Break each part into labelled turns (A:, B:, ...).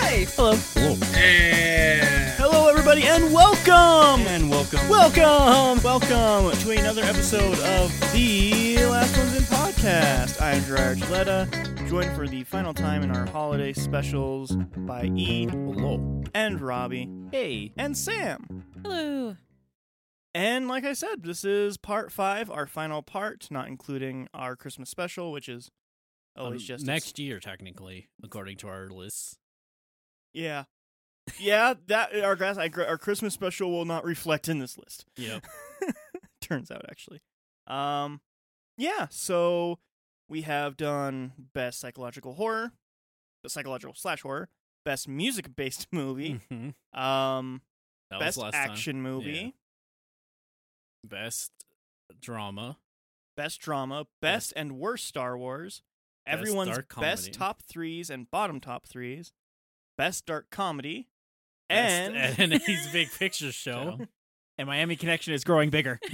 A: Hey, hello.
B: Yeah.
A: Hello, everybody, and welcome!
B: And welcome.
A: Welcome, welcome to another episode of the Last Ones In podcast. I am Gerard Archuleta, joined for the final time in our holiday specials by E
B: Hello.
A: and Robbie
B: Hey.
A: and Sam.
C: Hello.
A: And like I said, this is part five, our final part, not including our Christmas special, which is always
D: Um,
A: just
D: next year, technically, according to our lists.
A: Yeah, yeah. That our grass, our Christmas special will not reflect in this list.
D: Yep.
A: turns out actually um yeah so we have done best psychological horror psychological slash horror best music based movie
D: Mhm.
A: um
D: That
A: best
D: was last
A: action movie
D: Yeah. time. Best drama.
A: best drama best and worst star wars
D: Best
A: everyone's
D: dark comedy.
A: best top threes and bottom top threes best dark comedy
D: best
A: and
D: NNA's Big Picture Show.
B: And Miami Connection is growing bigger.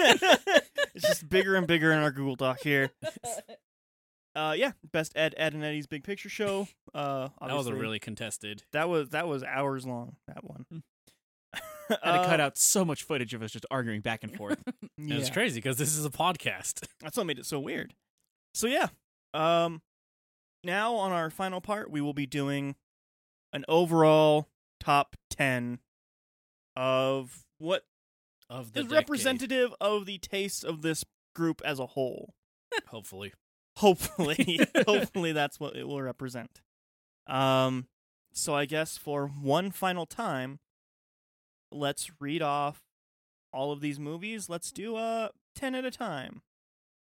A: it's just bigger and bigger in our google doc here uh yeah best ed ed and eddie's big picture show uh
D: that was a
A: obviously.
D: really Hmm. contested.
A: That was that was hours long. That one.
B: Had to cut
A: Uh,
B: out so much footage of us just arguing back and forth.
D: And It's
A: Um, yeah.
D: crazy because this is a podcast.
A: That's what made it so weird. So yeah. Um. Now on our final part, we will be doing an overall top ten of what
D: Of the
A: is
D: decade,
A: representative of the tastes of this group as a whole.
D: Hopefully.
A: Hopefully, hopefully that's what it will represent. Um, so I guess for one final time, let's read off all of these movies. Let's do uh ten at a time.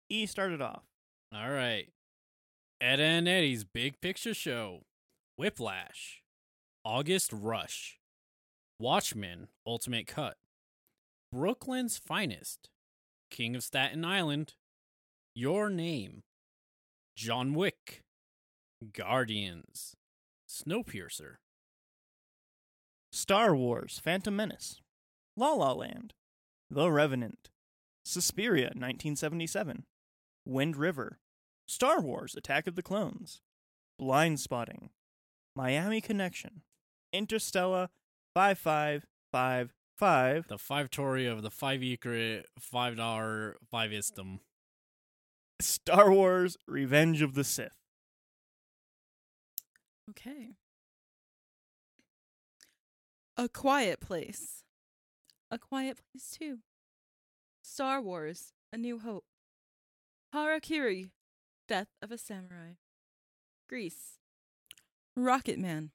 A: E started off.
D: All right. Ed and Eddie's Big Picture Show. Whiplash. August Rush. Watchmen Ultimate Cut. Brooklyn's Finest. King of Staten Island. Your Name. John Wick. Guardians. Snowpiercer.
A: Star Wars: Phantom Menace, La La Land, The Revenant, Suspiria (1977), Wind River, Star Wars: Attack of the Clones, Blind Spotting, Miami Connection, Interstellar, Five Five Five Five,
D: The five Tory of the five Ecrit, five dollar, five istum.
A: Star Wars: Revenge of the Sith.
C: Okay. A Quiet Place. A Quiet Place 2. Star Wars A New Hope. Harakiri Death of a Samurai. Greece. Rocket Man.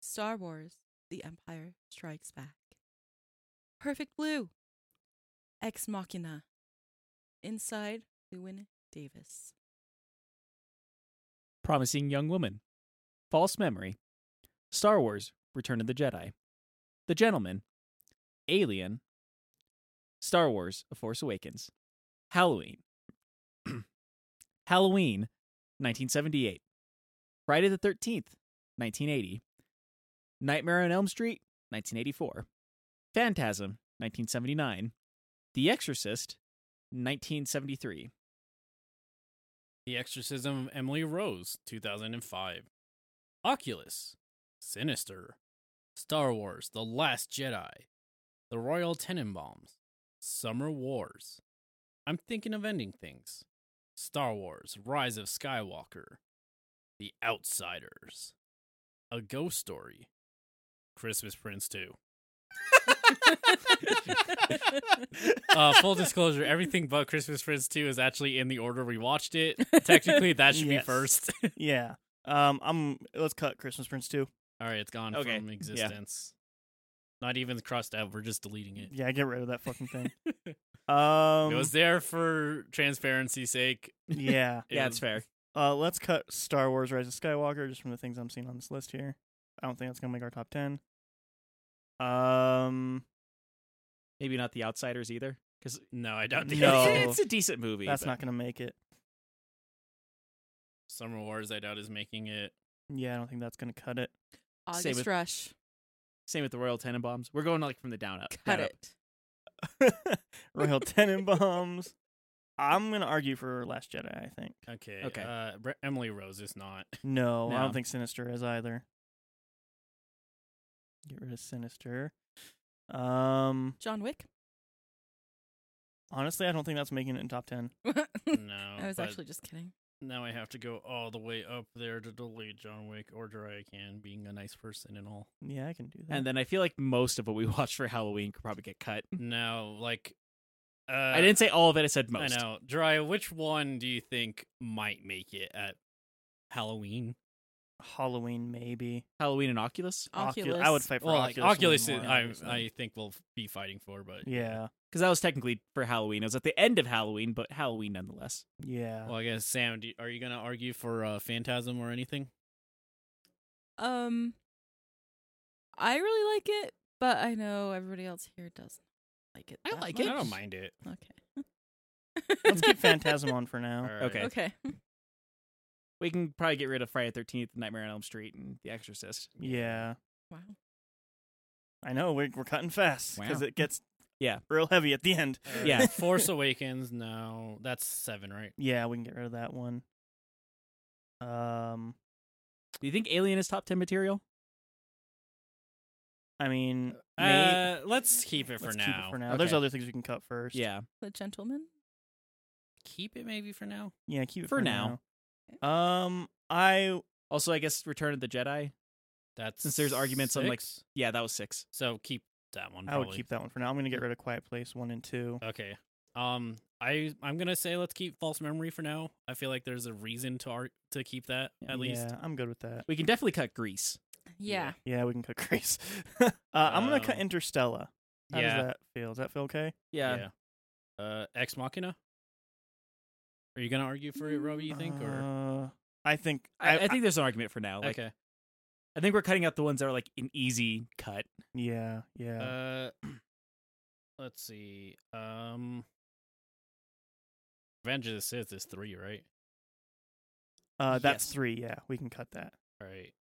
C: Star Wars The Empire Strikes Back. Perfect Blue. Ex Machina. Inside Lewin Davis.
B: Promising Young Woman. False Memory. Star Wars Return of the Jedi. The Gentleman. Alien. Star Wars A Force Awakens. Halloween. Halloween 1978. Friday the 13th 1980. Nightmare on Elm Street 1984. Phantasm 1979. The Exorcist 1973.
D: The Exorcism of Emily Rose, 2005. Oculus, Sinister, Star Wars, The Last Jedi, The Royal Tenenbaums, Summer Wars. I'm thinking of ending things. Star Wars, Rise of Skywalker, The Outsiders, A Ghost Story, Christmas Prince 2. uh, full disclosure, everything but Christmas Prince 2 is actually in the order we watched it. Technically, that should
A: Yes.
D: be first.
A: yeah. Um. I'm. Let's cut Christmas Prince too.
D: All right, it's gone
B: Okay,
D: from
B: yeah.
D: existence. Not even crossed out. We're just deleting it.
A: Yeah. Get rid of that fucking thing. Um.
D: it was there for transparency's sake.
A: yeah.
D: It
B: yeah,
D: was-
B: it's fair.
A: Uh, let's cut Star Wars: Rise of Skywalker just from the things I'm seeing on this list here. I don't think that's gonna make our top ten. Um,
B: Maybe not The Outsiders either, because
D: No, I don't.
A: No.
B: it's, it's a decent movie.
A: that's
B: but-
A: not gonna make it.
D: Summer Wars, I doubt, is making it.
A: Yeah, I don't think that's gonna cut it.
B: Say
C: August
B: with-
C: Rush.
B: Same with the Royal Tenenbaums. We're going like from the down up.
C: Cut
B: down up.
C: it.
A: Royal Tenenbaums. I'm gonna argue for Last Jedi. I think.
D: Okay.
B: Okay.
D: Uh, Bre- Emily Rose is not.
A: No, I
B: No.
A: don't think Sinister is either. Get rid of Sinister. Um,
C: John Wick.
A: honestly, I don't think that's making it in top ten.
D: No.
C: I was
D: Oh, but
C: actually just kidding.
D: Now I have to go all the way up there to delay John Wick or Dry Can, being a nice person and all.
A: Yeah, I can do that.
B: And then I feel like most of what we watched for Halloween could probably get cut.
D: Now, like. Uh,
B: I didn't say all of it. I said most.
D: I know. Dry, which one do you think might make it at Halloween?
A: Halloween, maybe.
B: Halloween and Oculus
A: Ocu-
C: Oculus.
A: I would fight for
D: Well, like,
A: Oculus.
D: Oculus,
A: way
D: is,
A: more,
D: I,
A: obviously.
D: I think we'll f- be fighting for, but.
A: Yeah,
B: because that was technically for Halloween. It was at the end of Halloween, but Halloween nonetheless.
A: yeah.
D: Well, I guess, Sam, do you, are you going to argue for uh, Phantasm or anything?
C: Um, I really like it, but I know everybody else here doesn't like it. that
D: I
C: much.
D: don't mind it.
C: Okay.
A: Let's keep Phantasm on for now.
D: Alright.
B: Okay.
C: Okay.
B: We can probably get rid of Friday Thirteenth, Nightmare on Elm Street, and The Exorcist.
A: Yeah,
C: Wow.
A: I know we're we're cutting fast because
B: Wow.
A: it gets
B: Yeah.
A: real heavy at the end.
D: Alright.
B: Yeah.
D: Force Awakens, no. That's seven, right?
A: Yeah, we can get rid of that one. Um,
B: Do you think Alien is top ten material?
A: I mean, may-
D: Uh, let's keep it for
A: let's
D: now.
A: keep it for now. There's
B: Okay.
A: other things we can cut first.
B: Yeah.
C: The gentleman.
D: Keep it maybe for now.
A: yeah, keep it
B: For
A: for,
B: now.
A: now. Um, I
B: Also, I guess Return of the Jedi.
D: That's
B: Since there's arguments on, like-
D: six?
B: Yeah, that was six.
D: so keep that one.
A: I would
D: probably.
A: keep that one for now. I'm gonna get rid of Quiet Place one and two.
D: Okay. Um, I I'm gonna say let's keep false memory for now. I feel like there's a reason to ar- to keep that
B: Yeah.
D: at least.
A: yeah, I'm good with that.
B: We can definitely cut Grease.
C: Yeah.
A: Yeah, we can cut Grace. uh, I'm gonna cut
D: Um,
A: Interstellar. How
D: yeah.
A: does that feel? Does that feel okay?
D: yeah. Uh, Ex Machina. Are you gonna argue for it, Robbie? You think or
A: Uh, I think
B: I, I think there's an argument for now. Like,
D: okay?
B: I think we're cutting out the ones that are like an easy cut.
A: yeah, yeah.
D: Uh, let's see. Um, Revenge of the Sith is three, right?
A: Uh, that's
B: Yes.
A: three. Yeah, we can cut that.
D: All right.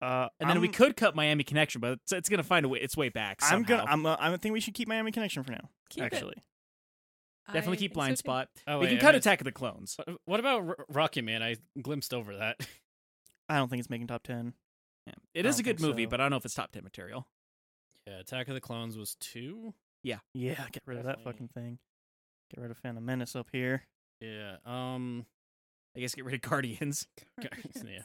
A: Uh,
B: And then we
A: I'm-
B: could cut Miami Connection, but it's, it's gonna find a way, its way back.
A: I'm gonna.
B: somehow.
A: I'm. Uh, I think we should keep Miami Connection for now.
C: Keep it.
A: actually,
B: definitely
C: I
B: keep
C: think so,
B: Blind
C: too.
B: Spot.
D: Oh,
B: we
D: wait,
B: can
D: I
B: cut
D: missed-
B: Attack of the Clones.
D: What- uh, What about R- Rocket Man? I glimpsed over that.
A: I don't think it's making top ten.
B: Yeah. It
A: I
B: is a
A: don't
B: good
A: think
B: movie,
A: so.
B: but I don't know if it's top ten material.
D: yeah, Attack of the Clones was two.
A: Yeah, get rid of that
D: Definitely.
A: fucking thing. Get rid of Phantom Menace up here.
D: Yeah. Um,
B: I guess get rid of Guardians.
D: Guardians, yeah.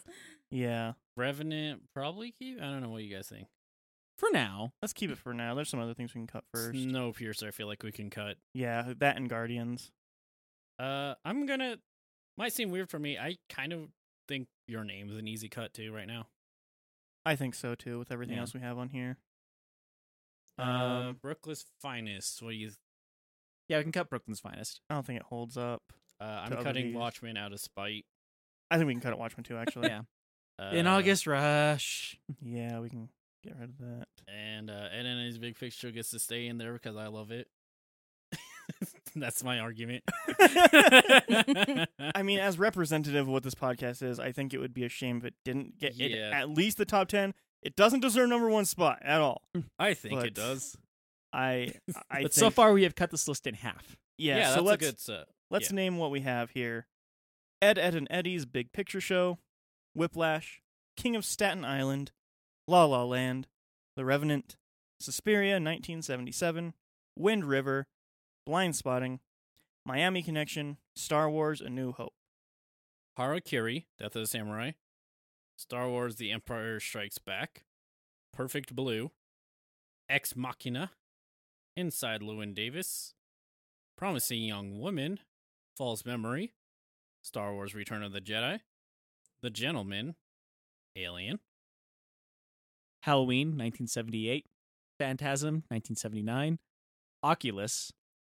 A: Yeah,
D: Revenant probably keep. I don't know what you guys think.
B: For now.
A: let's keep it for now. There's some other things we can cut first.
D: Snowpiercer, I feel like we can cut.
A: Yeah, that and Guardians.
D: Uh, I'm gonna. Might seem weird for me. I kind of think your name's an easy cut too right now.
A: I think so too. With everything
B: Yeah.
A: else we have on here.
D: Uh,
A: Um,
D: Brooklyn's finest. What do you?
B: Yeah, we can cut Brooklyn's Finest.
A: I don't think it holds up.
D: Uh, I'm
A: To other
D: cutting
A: views.
D: Watchmen out of spite.
A: I think we can cut it. Watchmen too. Actually.
B: Yeah.
D: Uh,
B: In August Rush.
A: Yeah, we can get rid of that.
D: and uh, Ed and his big picture gets to stay in there because I love it. That's my argument.
A: I mean, as representative of what this podcast is, I think it would be a shame if it didn't get it
D: Yeah.
A: at least the top ten. It doesn't deserve number one spot at all.
D: I think
A: but
D: it does.
A: I, I
B: but
A: think,
B: so far we have cut this list in half.
A: yeah. so
D: that's
A: let's
D: a good set.
A: let's
D: yeah.
A: name what we have here: Ed, Ed, and Eddie's Big Picture Show, Whiplash, King of Staten Island, La La Land, The Revenant, Suspiria, 1977, Wind River, Blind Spotting, Miami Connection, Star Wars: A New Hope.
D: Harakiri, Death of the Samurai, Star Wars: The Empire Strikes Back, Perfect Blue, Ex Machina, Inside Llewyn Davis, Promising Young Woman, False Memory, Star Wars: Return of the Jedi, The Gentleman, Alien,
B: Halloween, 1978. Phantasm, 1979. Oculus.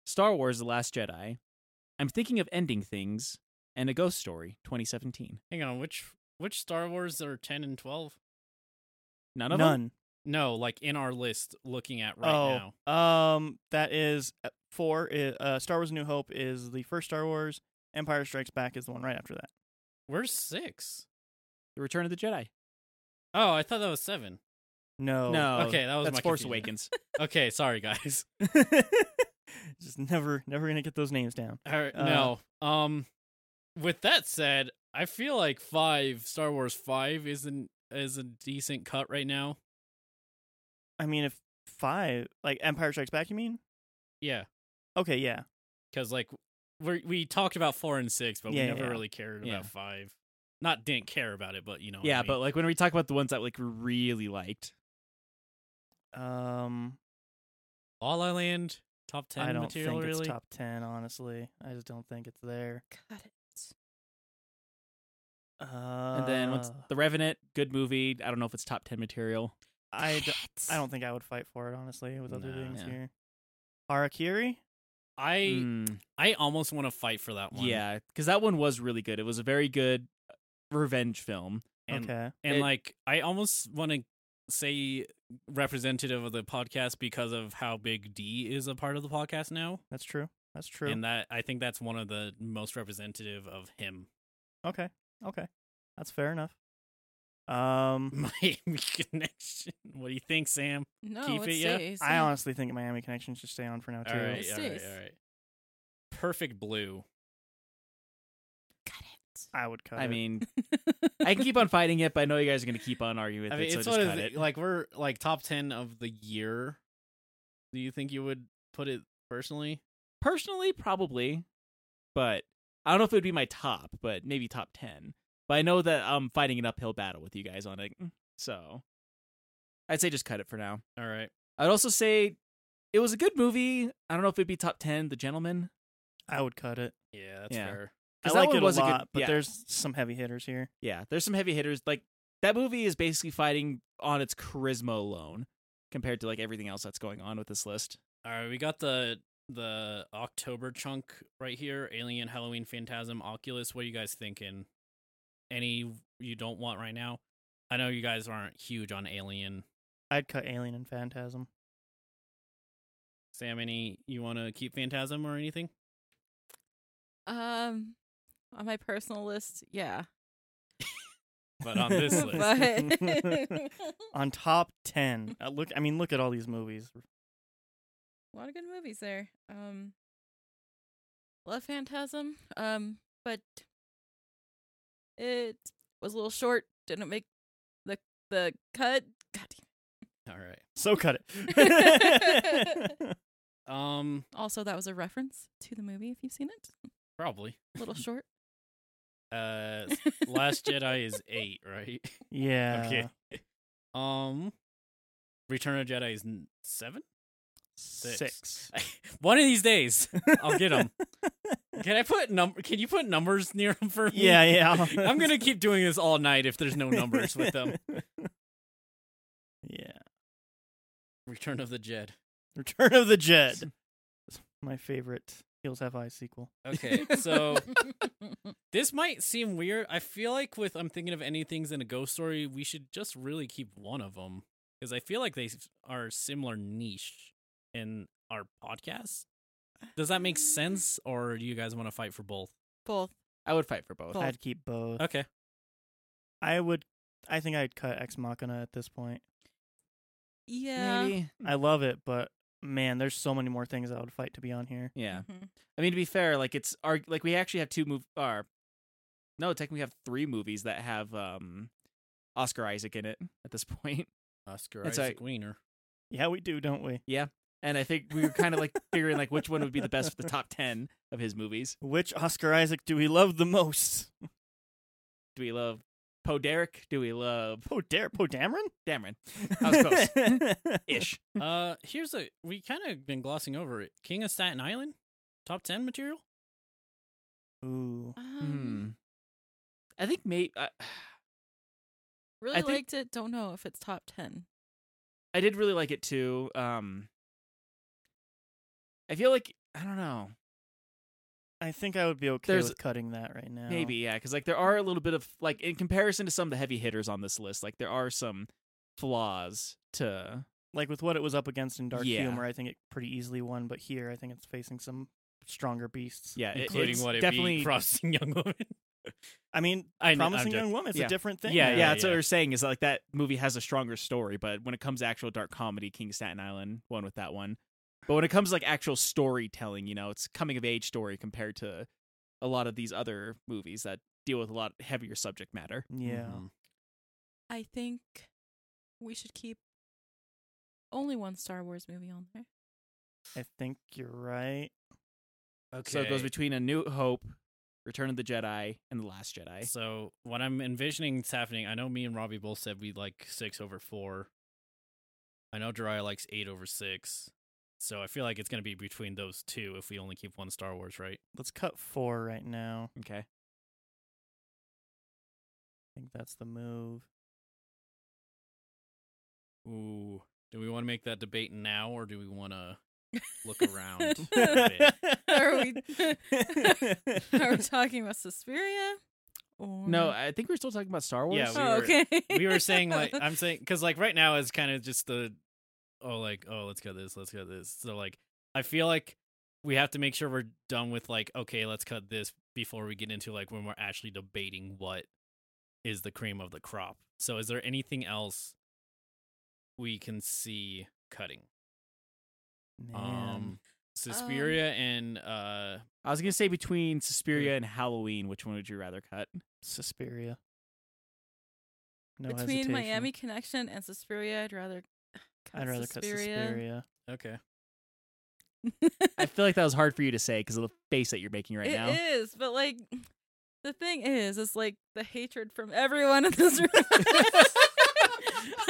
B: Star Wars The Last Jedi. I'm Thinking of Ending Things. And A Ghost Story, 2017.
D: Hang on, which which Star Wars are ten and twelve?
B: None of them?
A: None.
D: No, like in our list, looking at right now.
A: oh, Um, that is uh, four. i- Uh, Star Wars: A New Hope is the first Star Wars. Empire Strikes Back is the one right after that.
D: Where's six?
B: The Return of the Jedi.
D: Oh, I thought that was seven.
A: No.
B: no,
D: okay, that was
B: Oh, that's
D: my
B: Force
D: confusion.
B: Awakens.
D: Okay, sorry guys.
A: Just never, never gonna get those names down.
D: All right,
A: Uh,
D: no. Um, with that said, I feel like five Star Wars five isn't is a decent cut right now.
A: I mean, if five, like Empire Strikes Back, you mean?
D: Yeah,
A: Okay, yeah.
D: because like we we talked about four and six, but
A: Yeah,
D: we never
A: yeah.
D: really cared
B: Yeah.
D: about five. Not didn't care about it, but you know. what I
B: yeah,
D: mean.
B: but like when we talk about the ones that like we really liked,
A: Um,
D: La La Land top ten
A: I don't
D: material
A: think
D: really.
A: it's top ten. Honestly, I just don't think it's there.
C: Got it.
A: Uh,
B: and then what's The Revenant, good movie. I don't know if it's top ten material.
A: I, d-
C: Shit.
A: I don't think I would fight for it honestly with other
D: Nah.
A: things
B: Yeah.
A: here. Harakiri.
D: I
B: Mm,
D: I almost want to fight for that one.
B: yeah, because that one was really good. It was a very good uh, revenge film.
D: and
A: okay.
D: and
B: It-
D: like I almost want to say representative of the podcast because of how big D is a part of the podcast now.
A: That's true. That's true.
D: And that I think that's one of the most representative of him.
A: okay. Okay. That's fair enough.
D: Mm,
A: Um,
D: Miami connection. What do you think, Sam?
C: No,
D: Keep
C: it,
D: it, yeah?
C: stays.
A: I honestly think Miami Connection should stay on for now too.
D: All right,
C: It
D: all right,
C: stays.
D: all right. Perfect blue.
C: Got it.
A: I would cut.
B: I
A: it.
B: mean, I can keep on fighting it, but I know you guys are going to keep on arguing with
D: I
B: it,
D: mean,
B: so
D: it's
B: just
D: one of
B: cut
D: the,
B: it.
D: like we're like top ten of the year. Do you think you would put it personally?
B: Personally, probably, but I don't know if it would be my top, but maybe top ten. But I know that I'm fighting an uphill battle with you guys on it, so I'd say just cut it for now.
D: All right.
B: I'd also say it was a good movie. I don't know if it'd be top ten, The Gentleman.
A: I would cut it.
D: Yeah, that's
B: Yeah.
D: fair.
B: 'Cause
A: I
B: that
A: like
B: one
A: it a
B: was a good-
A: lot, but
B: yeah.
A: there's some heavy hitters here.
B: Yeah, there's some heavy hitters. Like that movie is basically fighting on its charisma alone compared to like everything else that's going on with this list.
D: All right, we got the the October chunk right here. Alien, Halloween, Phantasm, Oculus. What are you guys thinking? Any you don't want right now? I know you guys aren't huge on Alien.
A: I'd cut Alien and Phantasm.
D: Sam, any you want to keep Phantasm or anything?
C: Um, on my personal list, yeah.
D: But on this
A: But-
D: list,
C: But
A: On top ten, uh, look. I mean, look at all these movies.
C: a lot of good movies there. Um, love Phantasm. Um, but it was a little short. Didn't make the the cut. God damn.
D: all right.
A: So cut it.
D: Um,
C: Also, that was a reference to the movie. If you've seen it,
D: probably.
C: little short.
D: Uh, Last Jedi is eight, right?
A: yeah.
D: Okay. Um, Return of Jedi is n- seven.
A: Six.
D: One of these days, I'll get them. Can I put num? Can you put numbers near them for me?
A: Yeah, yeah.
D: I'm gonna keep doing this all night if there's no numbers with them.
A: Yeah.
D: Return of the Jed.
A: Return of the Jed. My favorite Heels Have Eyes sequel.
D: Okay, so this might seem weird. I feel like with I'm thinking of any things in a ghost story, we should just really keep one of them because I feel like they s- are similar niche in our podcast. Does that make sense, or do you guys want to fight for both?
C: both.
B: I would fight for both.
C: Both.
A: I'd keep both.
D: Okay,
A: I would. I think I'd cut Ex Machina at this point.
C: Yeah.
B: Maybe.
A: I love it, but man, there's so many more things I would fight to be on here.
B: Yeah.
C: Mhm.
B: I mean, to be fair, like it's our like we actually have two move. Or no, technically we have three movies that have um Oscar Isaac in it at this point,
D: Oscar
B: It's
D: Isaac
B: like-
D: Wiener.
A: Yeah, we do, don't we?
B: and I think we were kind of like figuring like which one would be the best for the top ten of his movies.
A: Which Oscar Isaac do we love the most?
B: Do we love Poe Derek? Do we love
A: Poe Dar- Poe Dameron?
B: Dameron? That was
A: close.
B: Ish.
D: Uh, here's a we kind of been glossing over it. King of Staten Island, top ten material.
A: Ooh.
C: Um,
B: Hmm. Mm. I think maybe I,
C: Really
B: I think-
C: liked it. Don't know if it's top ten.
B: I did really like it too. Um, I feel like I don't know.
A: I think I would be okay
B: There's-
A: with cutting that right now.
B: Maybe, yeah, because like there are a little bit of like in comparison to some of the heavy hitters on this list, like there are some flaws to
A: Like with what it was up against in Dark
B: Yeah.
A: Humor, I think it pretty easily won, but here I think it's facing some stronger beasts.
B: yeah, it-
D: including
B: it's
D: what it
B: definitely
D: be crossing young woman.
A: I mean,
B: I kn-
A: promising
B: I'm joking.
A: young woman. It's
B: Yeah.
A: a different thing.
B: Yeah, yeah,
A: now.
D: yeah,
B: That's what
D: yeah.
B: we're saying is like that movie has a stronger story, but when it comes to actual dark comedy, King of Staten Island won with that one. But when it comes to like actual storytelling, you know, it's coming of age story compared to a lot of these other movies that deal with a lot heavier subject matter.
A: Yeah.
D: Mhm.
C: I think we should keep only one Star Wars movie on there.
A: I
B: Mm-hmm.
A: think you're right.
D: Okay.
B: So it goes between A New Hope, Return of the Jedi, and The Last Jedi.
D: So what I'm envisioning is happening. I know me and Robbie both said we like six over four. I know Jiraiya likes eight over six. So I feel like it's gonna be between those two if we only keep one Star Wars, right?
A: Let's cut four right now.
B: Okay.
A: I think that's the move.
D: Ooh. Do we want to make that debate now or do we wanna look around a bit?
C: Are we- Are we talking about Suspiria? Or...
B: No, I think we're still talking about Star Wars.
D: Yeah, we
C: oh,
D: were-
C: okay.
D: we were saying like I'm saying because like right now it's kind of just the oh like oh let's cut this let's cut this so like I feel like we have to make sure we're done with like okay let's cut this before we get into like when we're actually debating what is the cream of the crop. So is there anything else we can see cutting? Um,
A: Man. Um
D: Suspiria and uh
B: I was gonna say between Suspiria and Halloween, which one would you rather cut?
A: Suspiria. No
C: between
A: hesitation.
C: Miami Connection and Suspiria, I'd rather cut
A: I'd rather cut Suspiria.
D: okay
B: I feel like that was hard for you to say because of the face that you're making
C: It
B: right
C: is,
B: now.
C: but like the thing is, it's like the hatred from everyone in this room.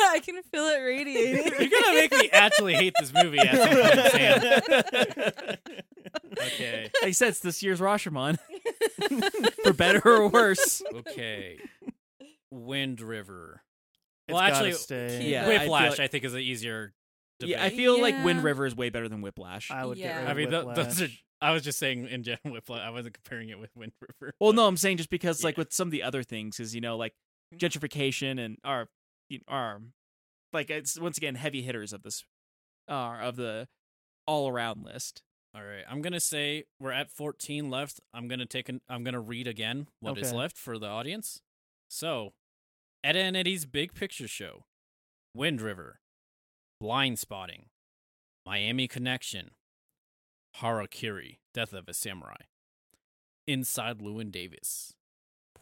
C: I can feel it radiating.
D: you're gonna make me actually hate this movie. At some point, Sam. Okay,
B: I said it's this year's Rashomon, for better or worse.
D: okay. Wind River.
A: It's
D: Well,
A: gotta
D: actually,
A: stay.
C: Yeah, I feel
D: Whiplash, I,
B: like-
D: think, is an easier debate.
B: Yeah, I feel like Wind
C: Yeah.
B: River is way better than Whiplash.
A: I would
C: Yeah.
A: get rid
D: I
A: of
D: mean, tho- those are.
A: Whiplash.
D: I was just saying in general, Whiplash. I wasn't comparing it with Wind River.
B: well,
D: but-
B: no, I'm saying just because like
D: Yeah.
B: with some of the other things is you know like gentrification and our you know, our like it's once again heavy hitters of this uh, of the all around list.
D: All right, I'm gonna say we're at 14 left. I'm gonna take. An, I'm gonna read again what is
A: Okay.
D: left for the audience. So, Edda and Eddie's Big Picture Show, Wind River, Blind Spotting, Miami Connection, Harakiri, Death of a Samurai, Inside Lewin Davis,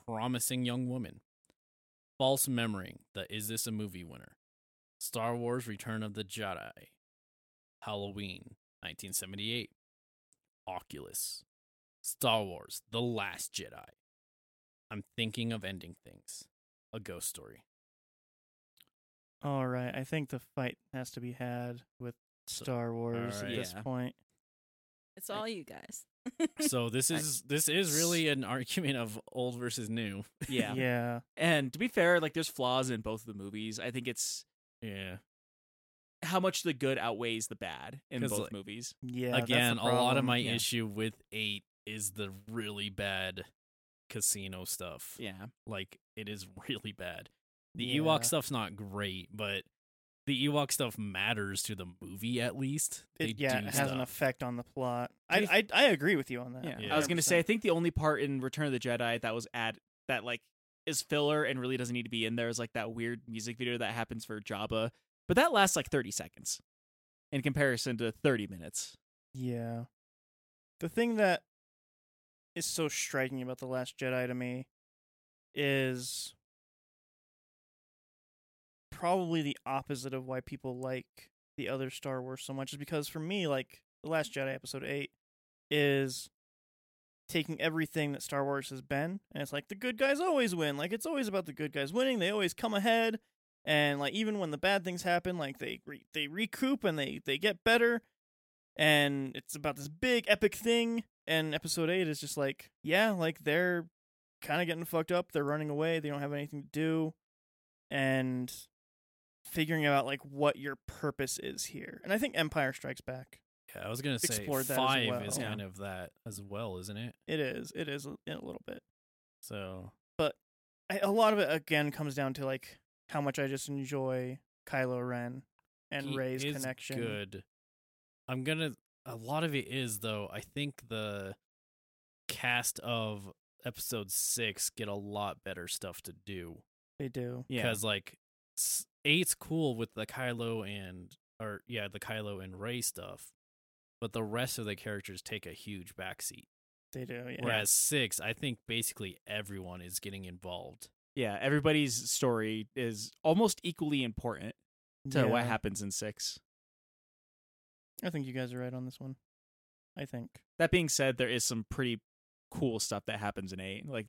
D: Promising Young Woman, False Memory, The Is This a Movie winner, Star Wars Return of the Jedi, Halloween, 1978, Oculus, Star Wars The Last Jedi. I'm thinking of ending things. A ghost story.
A: All right. I think the fight has to be had with
D: So-
A: Star Wars
D: right.
A: at this
B: Yeah.
A: point.
C: It's all you guys.
D: So this
B: I-
D: is this is really an argument of old versus new.
B: Yeah.
A: Yeah.
B: and to be fair, like there's flaws in both of the movies. I think it's
D: Yeah.
B: how much the good outweighs the bad in
D: 'Cause,
B: both
D: like,
B: movies.
A: Yeah. that's the
D: Again, a lot of
A: problem.
D: my
B: yeah.
D: issue with 8 is the really bad casino stuff.
B: Yeah,
D: Like it is really bad. The
A: Yeah.
D: Ewok stuff's not great, but the Ewok stuff matters to the movie at least.
A: It,
D: They
A: yeah,
D: do
A: it has
D: stuff.
A: an effect on the plot.
B: Did
A: I, I I agree with you on that.
B: yeah.
D: Yeah.
B: I was gonna say, I
A: 100%.
B: think the only part in Return of the Jedi that was add that like is filler and really doesn't need to be in there is like that weird music video that happens for Jabba, but that lasts like 30 seconds in comparison to 30 minutes.
A: Yeah. The thing that is so striking about The Last Jedi to me is probably the opposite of why people like the other Star Wars so much, is because for me, like, The Last Jedi Episode 8 is taking everything that Star Wars has been, and it's like the good guys always win. Like, it's always about the good guys winning, they always come ahead. And like even when the bad things happen, like they re- they recoup and they they get better, and it's about this big epic thing and episode 8 is just like yeah like they're kind of getting fucked up they're running away they don't have anything to do and figuring out like what your purpose is here and i think empire strikes back
D: Yeah, I was gonna say
A: explored that as
D: five
A: well.
D: is
A: Yeah.
D: kind of that as well, isn't it?
A: it is it is a- in a little bit
D: So
A: I, a lot of it again comes down to like how much i just enjoy kylo ren and
D: he
A: ray's
D: is
A: connection
D: Good. I'm gonna. A lot of it is though. I think the cast of episode six get a lot better stuff to do
A: They do.
B: Yeah.
D: because like s- eight's cool with the Kylo and or yeah the Kylo and Ray stuff, but the rest of the characters take a huge backseat.
A: They do. Yeah.
D: Whereas six, I think basically everyone is getting involved.
B: Yeah. Everybody's story is almost equally important to
A: yeah.
B: what happens in six.
A: I think you guys are right on this one. I think.
B: That being said, there is some pretty cool stuff that happens in eight. Like,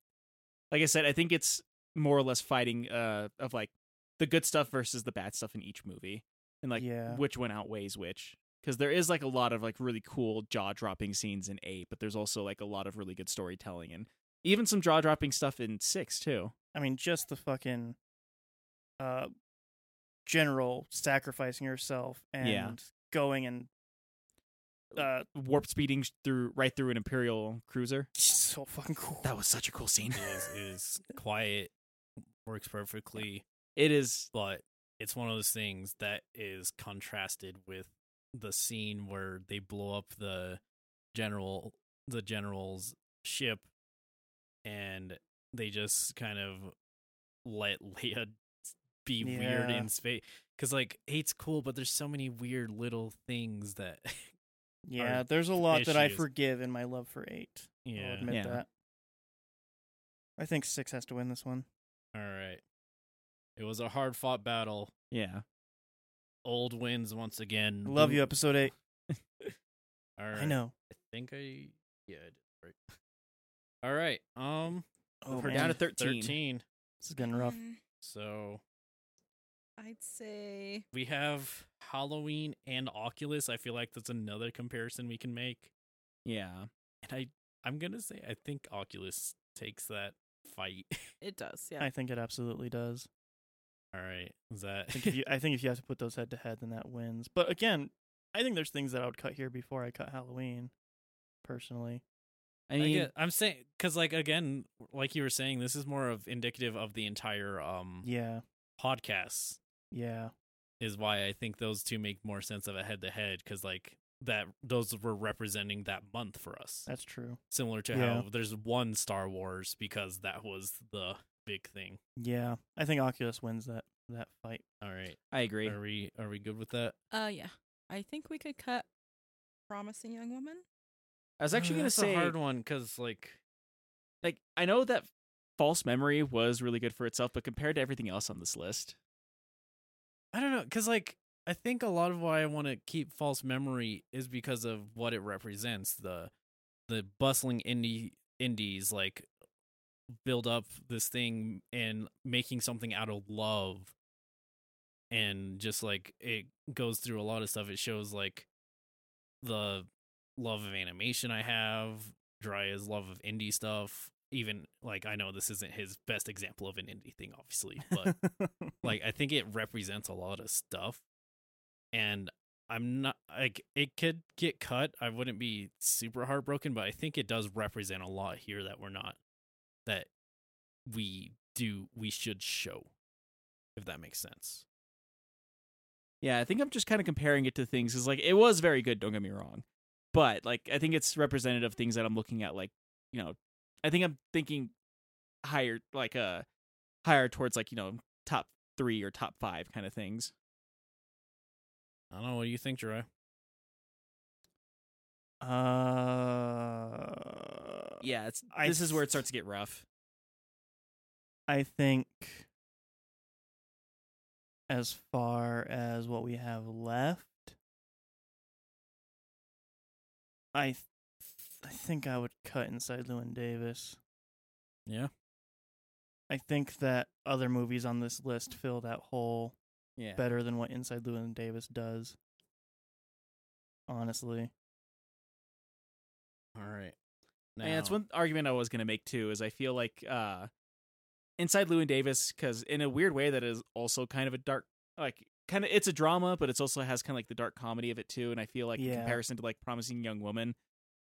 B: like I said, I think it's more or less fighting uh of like the good stuff versus the bad stuff in each movie, and like
A: Yeah.
B: which one outweighs which. Because there is like a lot of like really cool jaw dropping scenes in eight, but there's also like a lot of really good storytelling and even some jaw dropping stuff in six too.
A: I mean, just the fucking uh, general sacrificing yourself and
B: Yeah.
A: going and uh,
B: Warp speeding sh- through right through an imperial cruiser.
A: so fucking cool.
B: That was such a cool scene.
D: It is, it is quiet, works perfectly,
B: It is
D: but it's one of those things that is contrasted with the scene where they blow up the general the general's ship and they just kind of let Leia be weird
A: Yeah.
D: in space cuz like eight's cool but there's so many weird little things that
A: yeah,
D: Or
A: there's a lot that I
D: issues.
A: forgive in my love for eight. I'll
D: yeah
A: admit
B: Yeah.
A: that. I think six has to win this one.
D: all right it was a hard fought battle
B: yeah.
D: old wins once again
A: Love
B: Mm-hmm.
A: you, episode eight.
D: all right.
A: I know.
D: I think I yeah. I did right. All right. Um,
A: Oh,
B: We're
A: man.
B: down to Mm-hmm. thirteen.
D: thirteen.
A: This is getting rough.
C: Mm,
D: So
C: I'd say
D: we have Halloween and Oculus. I feel like that's another comparison we can make.
B: Yeah.
D: And I, I'm gonna say I think Oculus takes that fight.
C: it does. Yeah.
A: I think it absolutely does.
D: All right. Is that?
A: I think, if you, I think if you have to put those head to head, then that wins. But again, I think there's things that I would cut here before I cut Halloween, personally.
B: I
D: I
B: mean,
D: am saying because like again, like you were saying, this is more of indicative of the entire um
B: Mm.
A: Yeah,
D: podcasts.
A: yeah.
D: is why I think those two make more sense of a head to head because like that those were representing that month for us.
A: That's true.
D: Similar to
A: Uh, Yeah.
D: how there's one Star Wars because that was the big thing.
A: Yeah, I think Oculus wins that that fight.
D: All right,
B: I agree.
D: are we are we good with that?
C: Uh, yeah. I think we could cut promising young woman.
B: I was actually gonna
D: Uh, That's
B: say
D: a hard one because like
B: like I know that false memory was really good for itself, but compared to everything else on this list,
D: I don't know because like I think a lot of why I want to keep false memory is because of what it represents the the bustling indie indies like build up this thing and making something out of love and just like it goes through a lot of stuff it shows like the love of animation I have Drya's love of indie stuff even like I know this isn't his best example of an indie thing obviously but like i think it represents a lot of stuff and i'm not like it could get cut i wouldn't be super heartbroken but i think it does represent a lot here that we're not that we do we should show if that makes sense
B: yeah, I think I'm just kind of comparing it to things. Is like it was very good. Don't get me wrong, but like I think it's representative of things that I'm looking at. Like you know, I think I'm thinking higher, like uh, higher towards like you know top three or top five kind of things.
D: i don't know what do you think Jeriah?
A: uh,
B: Yeah, it's,
A: I-
B: this is where it starts to get rough.
A: I think as far as what we have left, I th- I think I would cut inside Lewin Davis.
D: Yeah.
A: I think that other movies on this list fill that hole
B: Yeah,
A: better than what Inside Llewyn Davis does. Honestly,
D: all right
B: And that's one argument I was going to make too. Is I feel like uh, inside Lewin Davis, because in a weird way, that is also kind of a dark, like kind of it's a drama, but it's also has kind of like the dark comedy of it too. And I feel like
A: Yeah.
B: in comparison to like Promising Young Woman,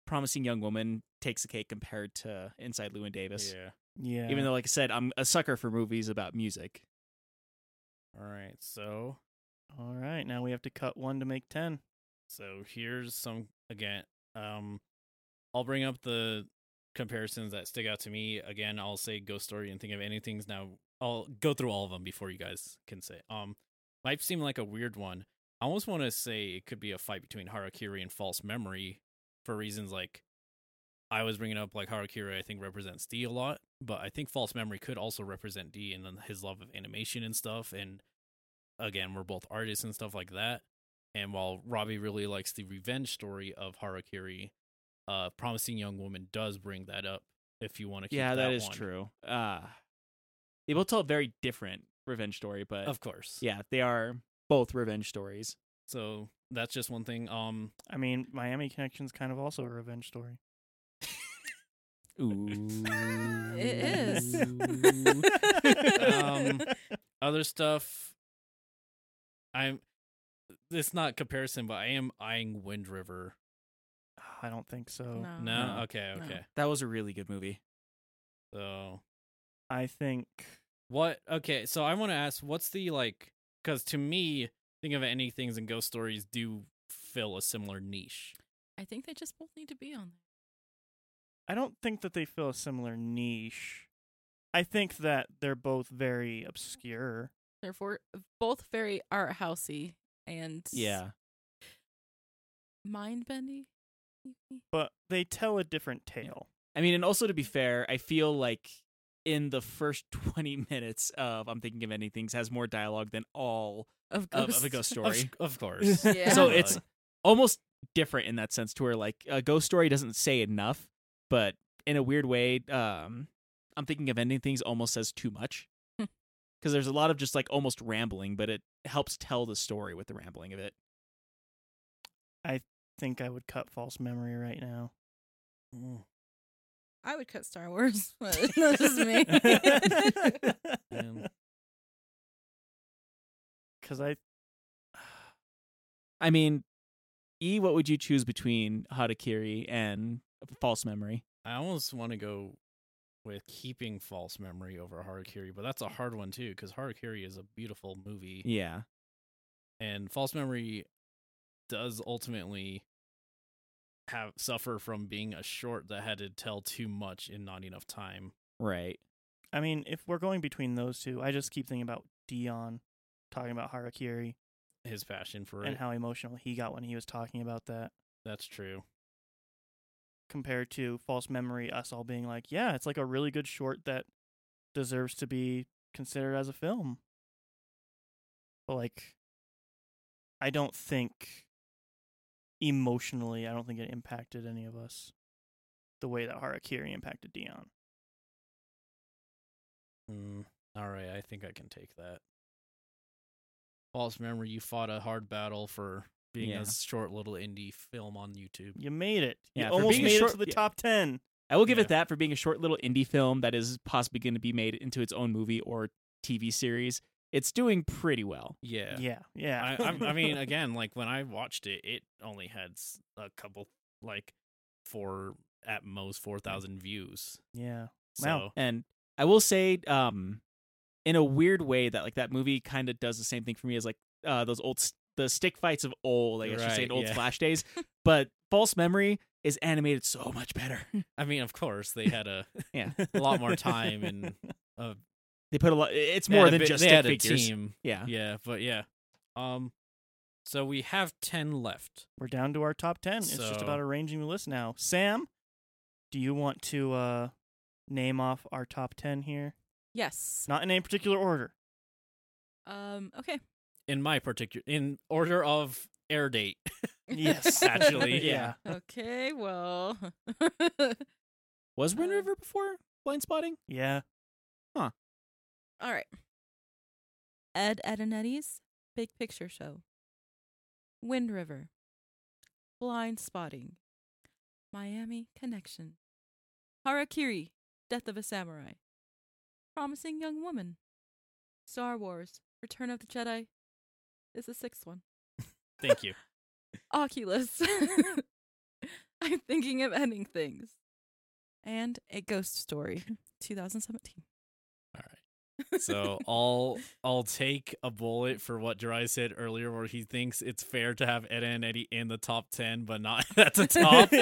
B: Promising Young Woman takes the cake compared to Inside Lewin Davis.
D: yeah
A: yeah.
B: Even though, like I said, I'm a sucker for movies about music.
D: all right so
A: all right, now we have to cut one to make ten.
D: So here's some again. Um, I'll bring up the comparisons that stick out to me. Again, I'll say Ghost Story and think of anything's now. I'll go through all of them before you guys can say. Um, might seem like a weird one. I almost want to say it could be a fight between Harakiri and False Memory for reasons like I was bringing up. Like Harakiri, I think represents D a lot, but I think False Memory could also represent D and then his love of animation and stuff. And again, we're both artists and stuff like that. And while Robbie really likes the revenge story of Harakiri, uh, Promising Young Woman does bring that up. If you want to, keep
B: yeah,
D: that
B: that is
D: one.
B: true. Uh, they both tell a very different revenge story, but
D: Of course,
B: yeah, they are both revenge stories.
D: So that's just one thing. Um,
A: I mean, Miami Connection's kind of also a revenge story.
B: Ooh,
C: It is.
D: Um, other stuff. I'm. It's not comparison, but I am eyeing Wind River.
A: Ah, I don't think so.
C: No.
D: Oh, No,
B: No. uh
D: okay,
B: No,
D: okay.
B: that was a really good movie.
D: So
A: I think
D: what? Okay, so I want to ask, what's the like? Because to me, think of any things and ghost stories do fill a similar niche.
C: I think they just both need to be on
A: I don't think that they fill a similar niche. I think that they're both very obscure.
C: there. They're for, both very art housey and
B: Yeah,
C: mind bendy.
A: but they tell a different tale.
B: I mean, and also to be fair, I feel like in the first twenty minutes of I'm thinking of anything has more dialogue than all
C: Of
B: of,
C: ghosts.
B: of a ghost
D: Of,
B: story.
D: of course.
C: Yeah.
B: so
D: Definitely.
B: it's almost different in that sense to where like a ghost story doesn't say enough but in a weird way um i'm thinking of ending things almost says too much
C: Hmm.
B: because there's a lot of just like almost rambling but it helps tell the story with the rambling of it
A: Think I would cut false memory right now.
C: I would cut Star Wars. but That's just me.
D: Um,
A: Because I,
B: i mean e what would you choose between harakiri and false memory
D: I almost want to go with keeping false memory over Harakiri, but that's a hard one too because Harakiri is a beautiful movie.
B: yeah
D: and false memory does ultimately have suffer from being a short that had to tell too much in not enough time.
B: right
A: I mean, if we're going between those two, I just keep thinking about Dion talking about Harakiri
D: His passion for
A: and
D: it.
A: how emotional he got when he was talking about that.
D: That's true.
A: Compared to false memory, us all being like, yeah, it's like a really good short that deserves to be considered as a film. But like, I don't think emotionally, I don't think it impacted any of us the way that Harakiri impacted Dion.
D: Mm, all right, I think I can take that. False memory, you fought a hard battle for being
B: Yeah.
D: a short little indie film on YouTube.
A: You made it. You
B: Yeah, for
A: almost
B: being a
A: made
B: short-
A: it to the
B: yeah.
A: top ten.
B: i will give
D: Yeah.
B: it that for being a short little indie film that is possibly going to be made into its own movie or tv series it's doing pretty well
D: Yeah.
A: Yeah, yeah.
D: I, I'm- I mean, again, like when I watched it, it only had s- a couple, like four, at most
B: Mm.
D: 4,000 views.
A: yeah.
D: So,
A: Wow.
B: And I will say, um, in a weird way, that like that movie kind of does the same thing for me as like uh, those old s- the stick fights of old, I guess you say,
D: Right,
B: in old
D: yeah.
B: Flash days. but False Memory is animated so much better.
D: I mean, of course, they had a
B: yeah,
D: a lot more time and uh,
B: they put a lot. It's
D: they
B: more
D: had a
B: than
D: bit-
B: just
D: they
B: stick
D: had a
B: figures.
D: team.
B: Yeah.
D: Yeah, but yeah. Um, so we have ten left.
A: We're down to our top ten. It's just
D: So-
A: about arranging the list now. Sam, do you want to uh name off our top ten here?
C: yes.
A: Not in any particular order.
C: Um. Okay.
D: In my particular, in order of air date.
A: Yes,
D: Actually,
A: yeah.
C: okay. Well.
B: Was Wind
C: Uh,
B: River before Blind Spotting?
A: Yeah.
C: All right. Ed, Ed and Eddie's Big Picture Show. Wind River. Blind Spotting. Miami Connection. Harakiri, Death of a Samurai. Promising Young Woman. Star Wars, Return of the Jedi is the sixth one.
D: Thank you.
C: Oculus. I'm thinking of ending things. And A Ghost Story, 2017.
D: All right. So I'll I'll take a bullet for what Dry said earlier, where he thinks it's fair to have Ed and Eddie in the top ten, but not at the top.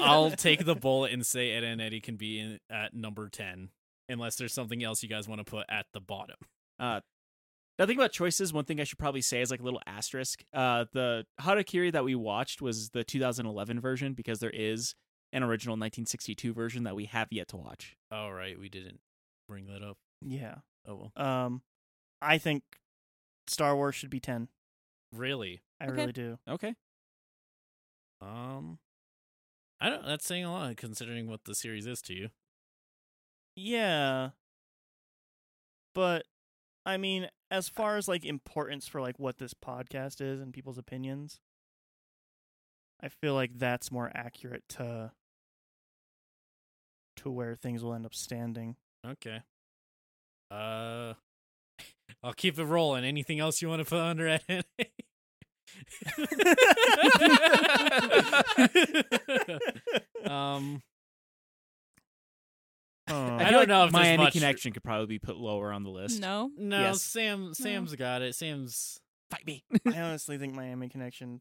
D: I'll take the bullet and say Ed and Eddie can be in at number ten, unless there's something else you guys want to put at the bottom.
B: Now, think about choices. One thing I should probably say is like a little asterisk. Uh, the Harakiri that we watched was the 2011 version because there is an original 1962 version that we have yet to watch.
D: All right, we didn't bring that up.
A: Yeah.
D: Oh well,
A: Um, I think Star Wars should be ten.
D: really?
A: I
C: Okay.
A: really do.
B: Okay.
D: Um, I don't. That's saying a lot considering what the series is to you.
A: Yeah. But I mean, as far as like importance for like what this podcast is and people's opinions, I feel like that's more accurate to to where things will end up standing.
D: Okay. Uh, I'll keep it rolling. Anything else you want to put under it? um,
A: Um,
D: I
B: feel
D: don't
B: like
D: know if
B: my
D: there's
B: Andy
D: much-
B: connection could probably be put lower on the list.
C: no.
D: no,
B: Yes.
D: Sam. Sam's got it. Sam's.
B: Fight me.
A: I honestly think Miami Connection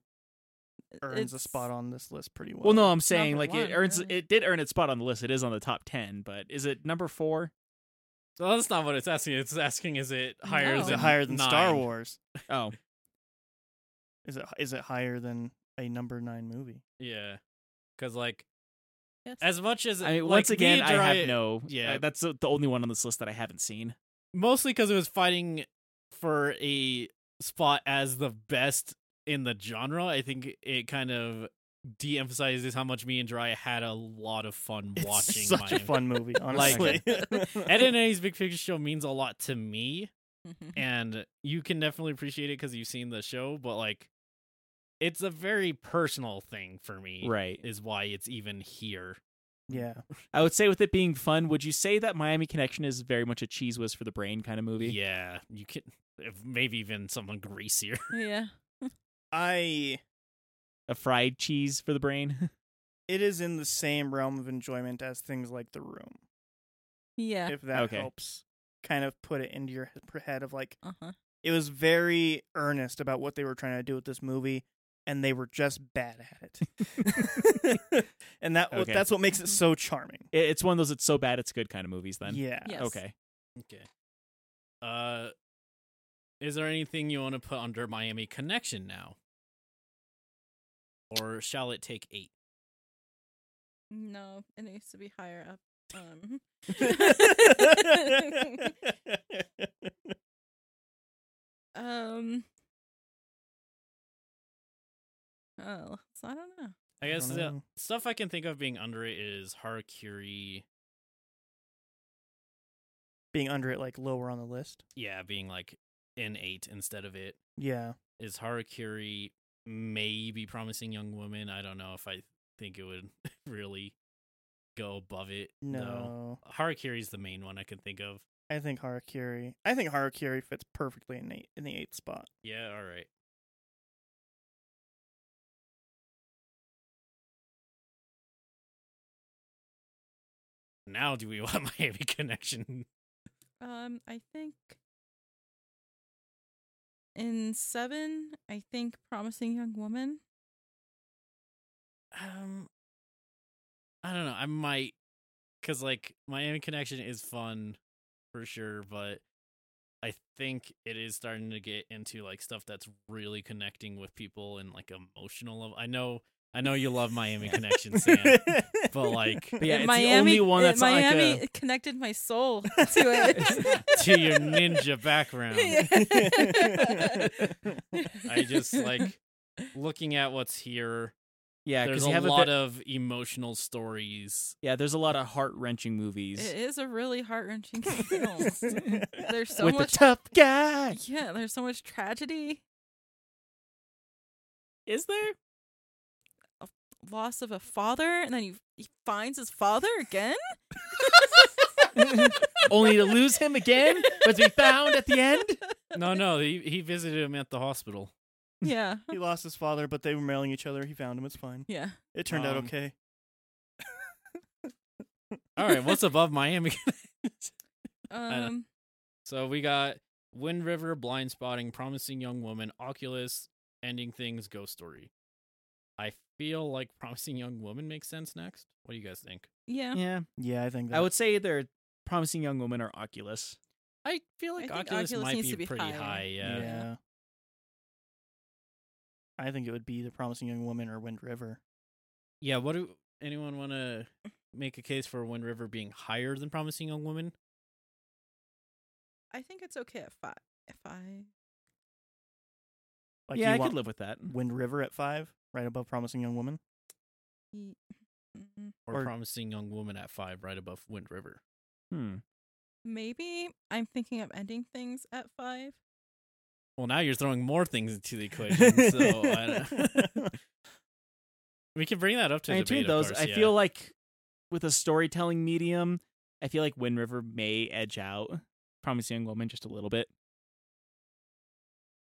A: earns a
C: It's-
A: spot on this list pretty well.
B: Well, no, I'm saying
C: number
B: like
C: one,
B: it earns
C: really.
B: it did earn its spot on the list. It is on the top 10, but is it number 4?
D: Well, that's not what it's asking. It's asking, is it higher
C: No.
A: Is
D: than
A: it higher than Star
D: nine?
A: Wars?
B: Oh.
A: Is it is it higher than a number nine movie?
D: Yeah, because like
C: Yes.
D: as much as
B: I mean,
D: like,
B: once
D: me
B: again,
D: and
B: I
D: Jiraiya-
B: have no.
D: yeah.
B: Yeah, that's the the only one on this list that I haven't seen.
D: mostly because it was fighting for a spot as the best in the genre. I think it kind of de-emphasizes how much me and Dry had a lot of fun
A: It's
D: watching.
A: such a
D: my-
A: fun movie, honestly.
D: Ed and Eddie's Big Picture Show means a lot to me,
C: Mhm.
D: and you can definitely appreciate it because you've seen the show. But like, it's a very personal thing for me.
B: Right.
D: Is why it's even here.
A: yeah.
B: I would say with it being fun, would you say that Miami Connection is very much a cheese whiz for the brain kind of movie?
D: Yeah, you can if- maybe even someone greasier.
C: yeah.
A: I
B: A fried cheese for the brain?
A: it is in the same realm of enjoyment as things like The Room.
C: Yeah.
A: If that
B: Okay.
A: helps kind of put it into your he- head of like
C: Uh huh.
A: it was very earnest about what they were trying to do with this movie and they were just bad at it. and that
B: Okay.
A: that's what makes it so charming.
B: It- it's one of those it's so bad it's good kind of movies then.
A: Yeah.
C: Yes.
B: Okay.
D: Okay. Uh, is there anything you want to put under Miami Connection now, or shall it take eight?
C: No, it needs to be higher up. Um. um. Oh, so I don't know.
D: I guess
A: don't
D: the
A: know.
D: stuff I can think of being under it is Harakiri.
A: Being under it like lower on the list.
D: Yeah, being like in eight instead of it
A: Yeah.
D: is Harakiri. Maybe promising young woman. I don't know if I think it would really go above it.
A: No.
D: though. Harakiri is the main one I can think of.
A: I think Harakiri. I think Harakiri fits perfectly in the in the eighth spot.
D: Yeah, all right. Now, do we want Miami Connection?
C: Um, I think in seven, I think promising young woman.
D: Um, I don't know. I might, cause like Miami Connection is fun for sure, but I think it is starting to get into like stuff that's really connecting with people and like emotional. Level. I know, I know you love Miami Connection, Sam. But, like-
B: But yeah,
C: And
B: it's the
C: Miami,
B: only one
C: uh,
B: that's not like
C: Miami
B: a-
C: connected my soul to it.
D: to your ninja background. I just like looking at what's here.
B: Yeah,
D: there's
B: because
D: a
B: you have
D: lot
B: a bit,
D: of emotional stories.
B: yeah, there's a lot of heart wrenching
C: It
B: movies
C: is a really heart wrenching film. There's so
B: with
C: much.
B: the tough guy.
C: yeah, there's so much tragedy,
B: Is there?
C: loss of a father, and then you he finds his father again.
B: only to lose him again, but to be found at the end.
D: No, no, he, he visited him at the hospital.
C: Yeah,
A: he lost his father, but they were mailing each other. He found him. It's fine.
C: yeah.
A: It turned out
D: Um,
A: okay.
D: All right, what's above Miami?
C: Um,
D: So we got Wind River, Blind Spotting, Promising Young Woman, Oculus, Ending Things, Ghost Story. I feel like Promising Young Woman makes sense next. What do you guys think?
C: Yeah.
B: Yeah.
A: Yeah, I think that
B: I would say they're Promising Young Woman or Oculus.
D: I feel like
C: I think
D: Oculus,
C: Oculus
D: might
C: needs
D: be,
C: to be
D: pretty high.
C: higher.
D: yeah.
A: Yeah.
C: Yeah.
A: I think it would be the promising young woman or Wind River.
D: Yeah, what do anyone want to make a case for Wind River being higher than Promising Young Woman?
C: I think it's okay if I if I
A: Like
B: yeah,
A: you
B: I
A: want
B: could live with that.
A: Wind River at five, right above promising young woman.
C: ye- mm,
D: Or,
A: Or-
D: Promising Young Woman at 5 right above Wind River?
B: Hmm.
C: maybe I'm thinking of ending things at five.
D: Well, now you're throwing more things into the equation, so I don't We can bring that up to
B: I mean, two
D: debate.
B: of those.
D: of
B: I
D: course, yeah.
B: feel like with a storytelling medium, I feel like Wind River may edge out Promising Young Woman just a little bit.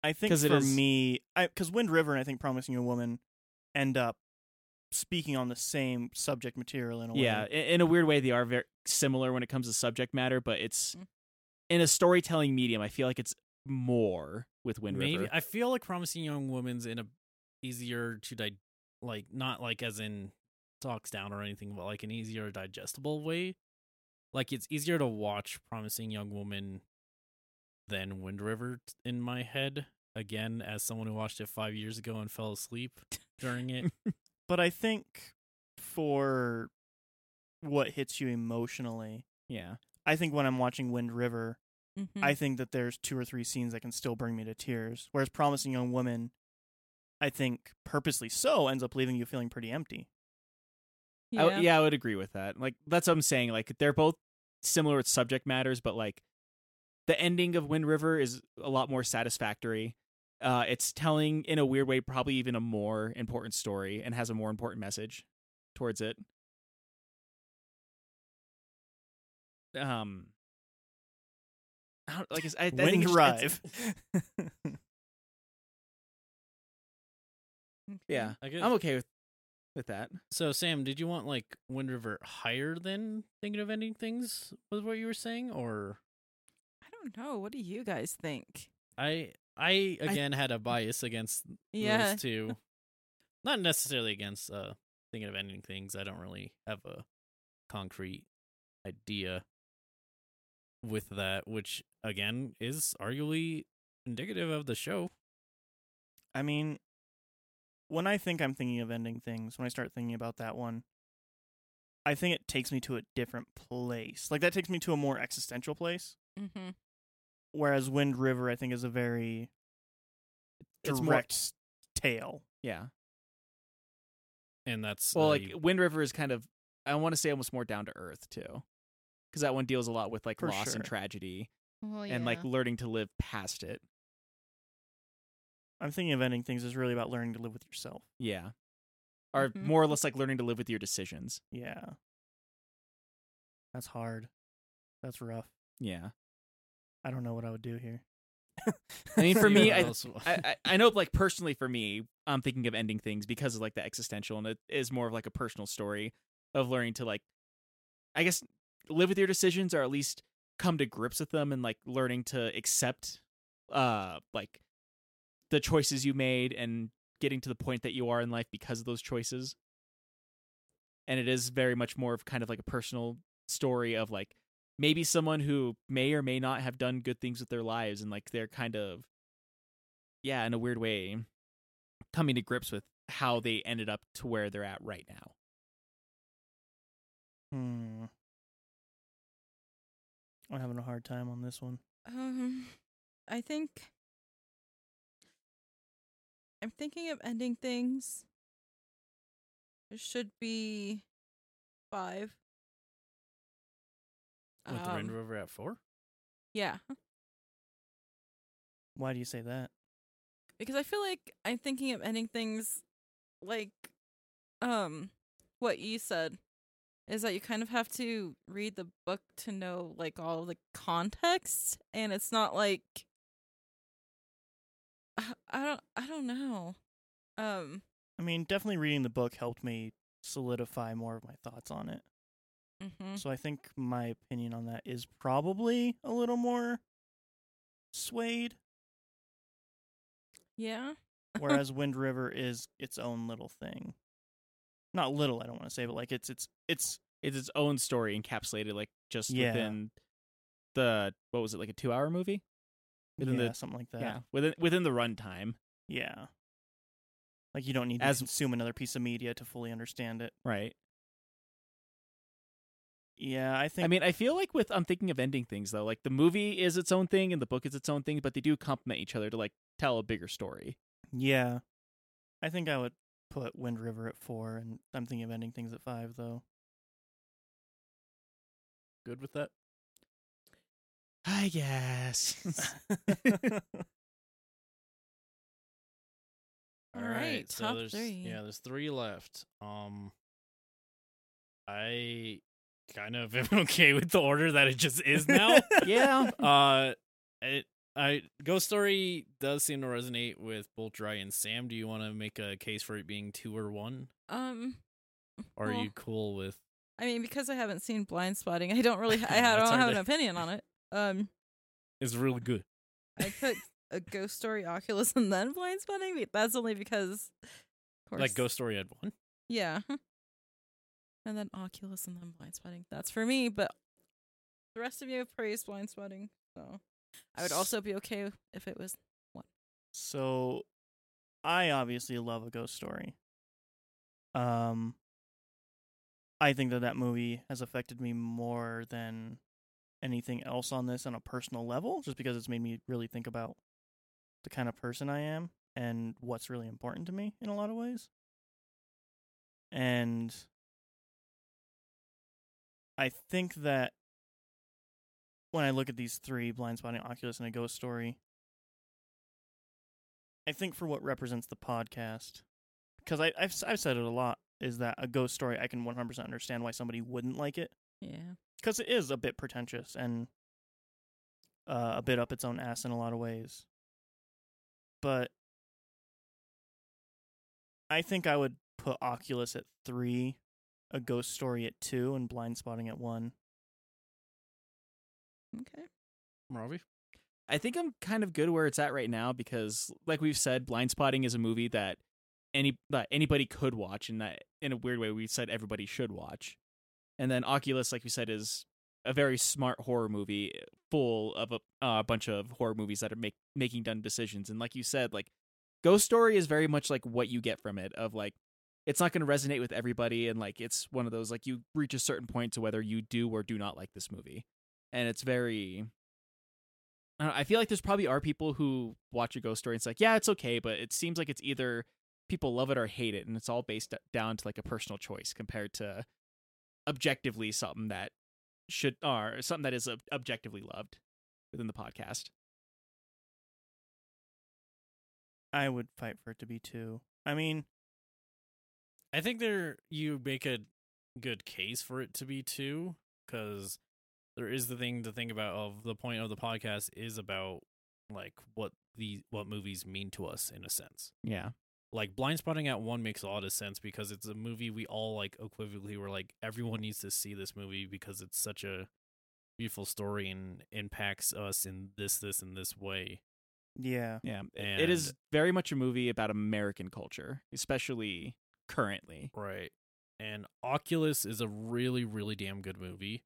A: I think
B: 'Cause it
A: for
B: is-
A: me, because Wind River and I think Promising Young Woman end up speaking on the same subject material in a
B: Yeah,
A: way.
B: in, in a weird way, they are very similar when it comes to subject matter, but it's
C: Mm.
B: in a storytelling medium. I feel like it's more with Wind
D: maybe
B: River.
D: I feel like Promising Young Woman's in a easier to di- like not like as in talks down or anything, but like an easier digestible way. Like it's easier to watch Promising Young Woman than Wind River t- in my head. Again, as someone who watched it five years ago and fell asleep during it.
A: But I think for what hits you emotionally,
B: yeah,
A: I think when I'm watching Wind River,
C: Mm-hmm.
A: I think that there's two or three scenes that can still bring me to tears. Whereas Promising Young Woman, I think purposely so, ends up leaving you feeling pretty empty.
B: I w- yeah, I would agree with that. Like that's what I'm saying. Like they're both similar with subject matters, but like the ending of Wind River is a lot more satisfactory. Uh, it's telling in a weird way, probably even a more important story, and has a more important message towards it. Um, I don't, like I, s- I- I think
A: Wind
B: it's- it's-
A: Rive.
C: Okay.
B: Yeah,
D: I guess.
B: I'm okay with with that.
D: So Sam, did you want like Wind River higher than thinking of ending things was what you were saying, or
C: I don't know. What do you guys think?
D: I I again had a bias against
C: Yeah.
D: those two. Not necessarily against uh thinking of ending things. I don't really have a concrete idea with that, which again is arguably indicative of the show.
A: I mean, when I think I'm thinking of ending things, when I start thinking about that one, I think it takes me to a different place. Like that takes me to a more existential place.
C: Mm-hmm.
A: Whereas Wind River, I think, is a very direct
B: It's more-
A: s- tale.
B: Yeah.
D: And that's
B: Well,
D: uh,
B: like
D: you-
B: Wind River is kind of I want to say almost more down to earth too, because that one deals a lot with like
A: For
B: loss
A: sure.
B: and tragedy
C: Well,
B: and like learning to live past it.
A: I'm thinking of ending things is really about learning to live with yourself.
B: Yeah, or
C: Mhm.
B: more or less like learning to live with your decisions.
A: Yeah. That's hard. That's rough.
B: Yeah,
A: I don't know what I would do here.
B: I mean for
D: you
B: me,
D: know,
B: I,
D: also-
B: I I- I know like personally for me, I'm thinking of ending things because of like the existential and it is more of like a personal story of learning to like, I guess live with your decisions or at least come to grips with them and like learning to accept uh like the choices you made and getting to the point that you are in life because of those choices. And it is very much more of kind of like a personal story of like maybe someone who may or may not have done good things with their lives and like they're kind of yeah, in a weird way coming to grips with how they ended up to where they're at right now.
A: Hmm. I'm having a hard time on this one.
C: Um, I think I'm thinking of ending things. It should be five.
D: with the Wind
C: Um,
D: River at four?
C: Yeah,
A: Why do you say that?
C: because I feel like I'm thinking of ending things like um what you said is that you kind of have to read the book to know like all the context and it's not like I, I don't I don't know. Um
A: I mean, definitely reading the book helped me solidify more of my thoughts on it.
C: mhm.
D: Mm-hmm.
A: So I think my opinion on that is probably a little more swayed.
C: Yeah.
A: Whereas Wind River is its own little thing. Not little, I don't want to say, but like it's it's it's
B: It's its own story encapsulated, like just
A: Yeah.
B: within the what was it, like a two-hour movie? Within
A: yeah,
B: the-
A: something like that.
B: Yeah, within within the runtime,
A: Yeah. Like you don't need to
B: As-
A: consume another piece of media to fully understand it.
B: right?
A: Yeah, I think
B: I mean, I feel like with I'm thinking of ending things though. Like the movie is its own thing and the book is its own thing, but they do complement each other to like tell a bigger story.
A: Yeah. I think I would put Wind River at four and I'm thinking of ending things at five though.
D: Good with that?
B: I guess.
C: All right,
D: so
C: top
D: there's,
C: three.
D: Yeah, there's three left. Um, I kind of am okay with the order that it just is now.
B: yeah.
D: uh, it, I Ghost Story does seem to resonate with both Dry and Sam. Do you want to make a case for it being two or one?
C: Um.
D: Or are
C: Well,
D: you cool with?
C: I mean, because I haven't seen Blind Spotting, I don't really, I
D: Yeah,
C: don't
D: it's hard
C: have
D: to-
C: an opinion on it. Um,
D: It's really good.
C: I put a Ghost Story, Oculus, and then Blind Spotting. but That's only because, of course,
D: Like Ghost Story had one.
C: Yeah. And then Oculus and then blind spotting. That's for me, but the rest of you have praised blind spotting. So I would also be okay if it was
A: so I obviously love a ghost story. Um I think that that movie has affected me more than anything else on this on a personal level just because it's made me really think about the kind of person I am and what's really important to me in a lot of ways. And I think that when I look at these three blind spotting, Oculus, and a ghost story, I think for what represents the podcast, because I, I've, s- I've said it a lot, is that a ghost story, I can 100% understand why somebody wouldn't like it
C: Yeah.
A: because it is a bit pretentious and uh, a bit up its own ass in a lot of ways. But I think I would put Oculus at three, a Ghost Story at two, and Blind Spotting at one.
C: Okay.
D: Robbie?
B: I think I'm kind of good where it's at right now because, like we've said, Blind Spotting is a movie that any that anybody could watch, and that in a weird way we said everybody should watch. And then Oculus, like we said, is a very smart horror movie full of a uh, bunch of horror movies that are make, making dumb decisions. And like you said, like Ghost Story is very much like what you get from it of like it's not going to resonate with everybody, and like it's one of those like you reach a certain point to whether you do or do not like this movie, and it's very I, don't know, I feel like there's probably are people who watch a ghost story and it's like, yeah, it's okay, but it seems like it's either people love it or hate it, and it's all based down to like a personal choice compared to objectively something that should or something that is ob- objectively loved within the podcast.
A: I would fight for it to be two. I mean,
D: I think there you make a good case for it to be two because there is the thing to think about of the point of the podcast is about like what the what movies mean to us in a sense.
B: Yeah,
D: Like blind spotting at one makes a lot of sense because it's a movie we all like equivocally were like everyone needs to see this movie because it's such a beautiful story and impacts us in this this and this way.
A: yeah.
B: yeah, It- it is
D: And-
B: very much a movie about American culture, especially currently.
D: Right. And Oculus is a really, really damn good movie,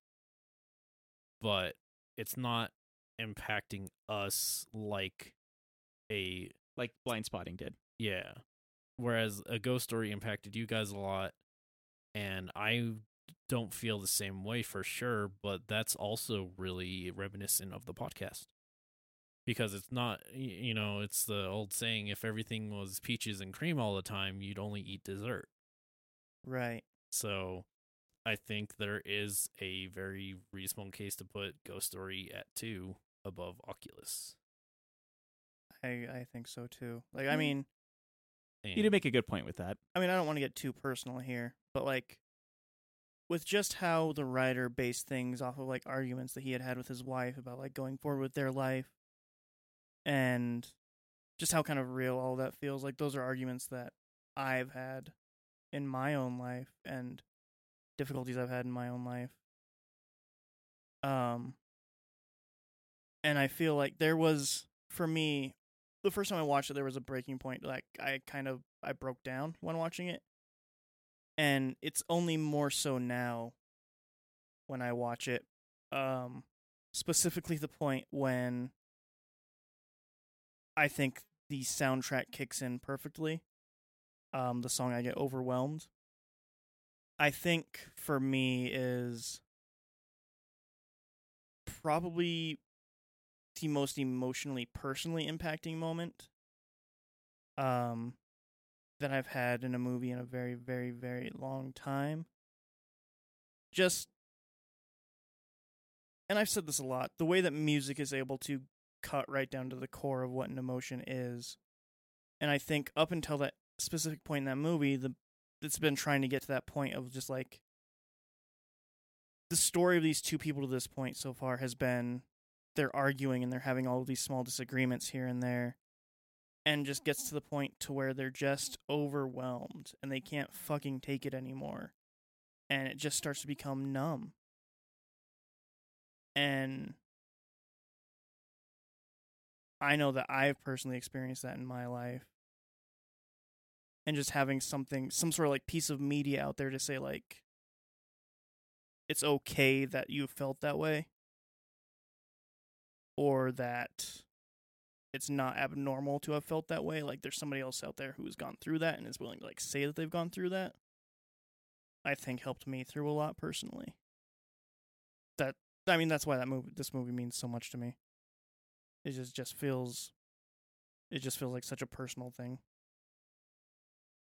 D: but it's not impacting us like a
B: Like Blind Spotting did.
D: yeah. Whereas a ghost story impacted you guys a lot, and I don't feel the same way for sure, but that's also really reminiscent of the podcast. Because it's not, y- you know, it's the old saying if everything was peaches and cream all the time, you'd only eat dessert.
A: Right.
D: So I think there is a very reasonable case to put Ghost Story at two above Oculus.
A: I, I think so too. Like, I
C: Mm.
A: mean,
B: You
D: And-
B: did make a good point with that.
A: I mean, I don't want to get too personal here, but like with just how the writer based things off of like arguments that he had had with his wife about like going forward with their life and just how kind of real all that feels like those are arguments that I've had in my own life and difficulties I've had in my own life. Um and I feel like there was for me the first time I watched it there was a breaking point like I kind of I broke down when watching it and it's only more so now when I watch it um specifically the point when I think the soundtrack kicks in perfectly um the song I get overwhelmed I think for me is probably the most emotionally personally impacting moment um that I've had in a movie in a very very very long time just and I've said this a lot the way that music is able to cut right down to the core of what an emotion is and I think up until that specific point in that movie the it's been trying to get to that point of just like the story of these two people to this point so far has been they're arguing and they're having all of these small disagreements here and there and just gets to the point to where they're just overwhelmed and they can't fucking take it anymore and it just starts to become numb and i know that i've personally experienced that in my life and just having something some sort of like piece of media out there to say like it's okay that you felt that way or that it's not abnormal to have felt that way like there's somebody else out there who's gone through that and is willing to like say that they've gone through that i think helped me through a lot personally that i mean that's why that movie this movie means so much to me it just just feels it just feels like such a personal thing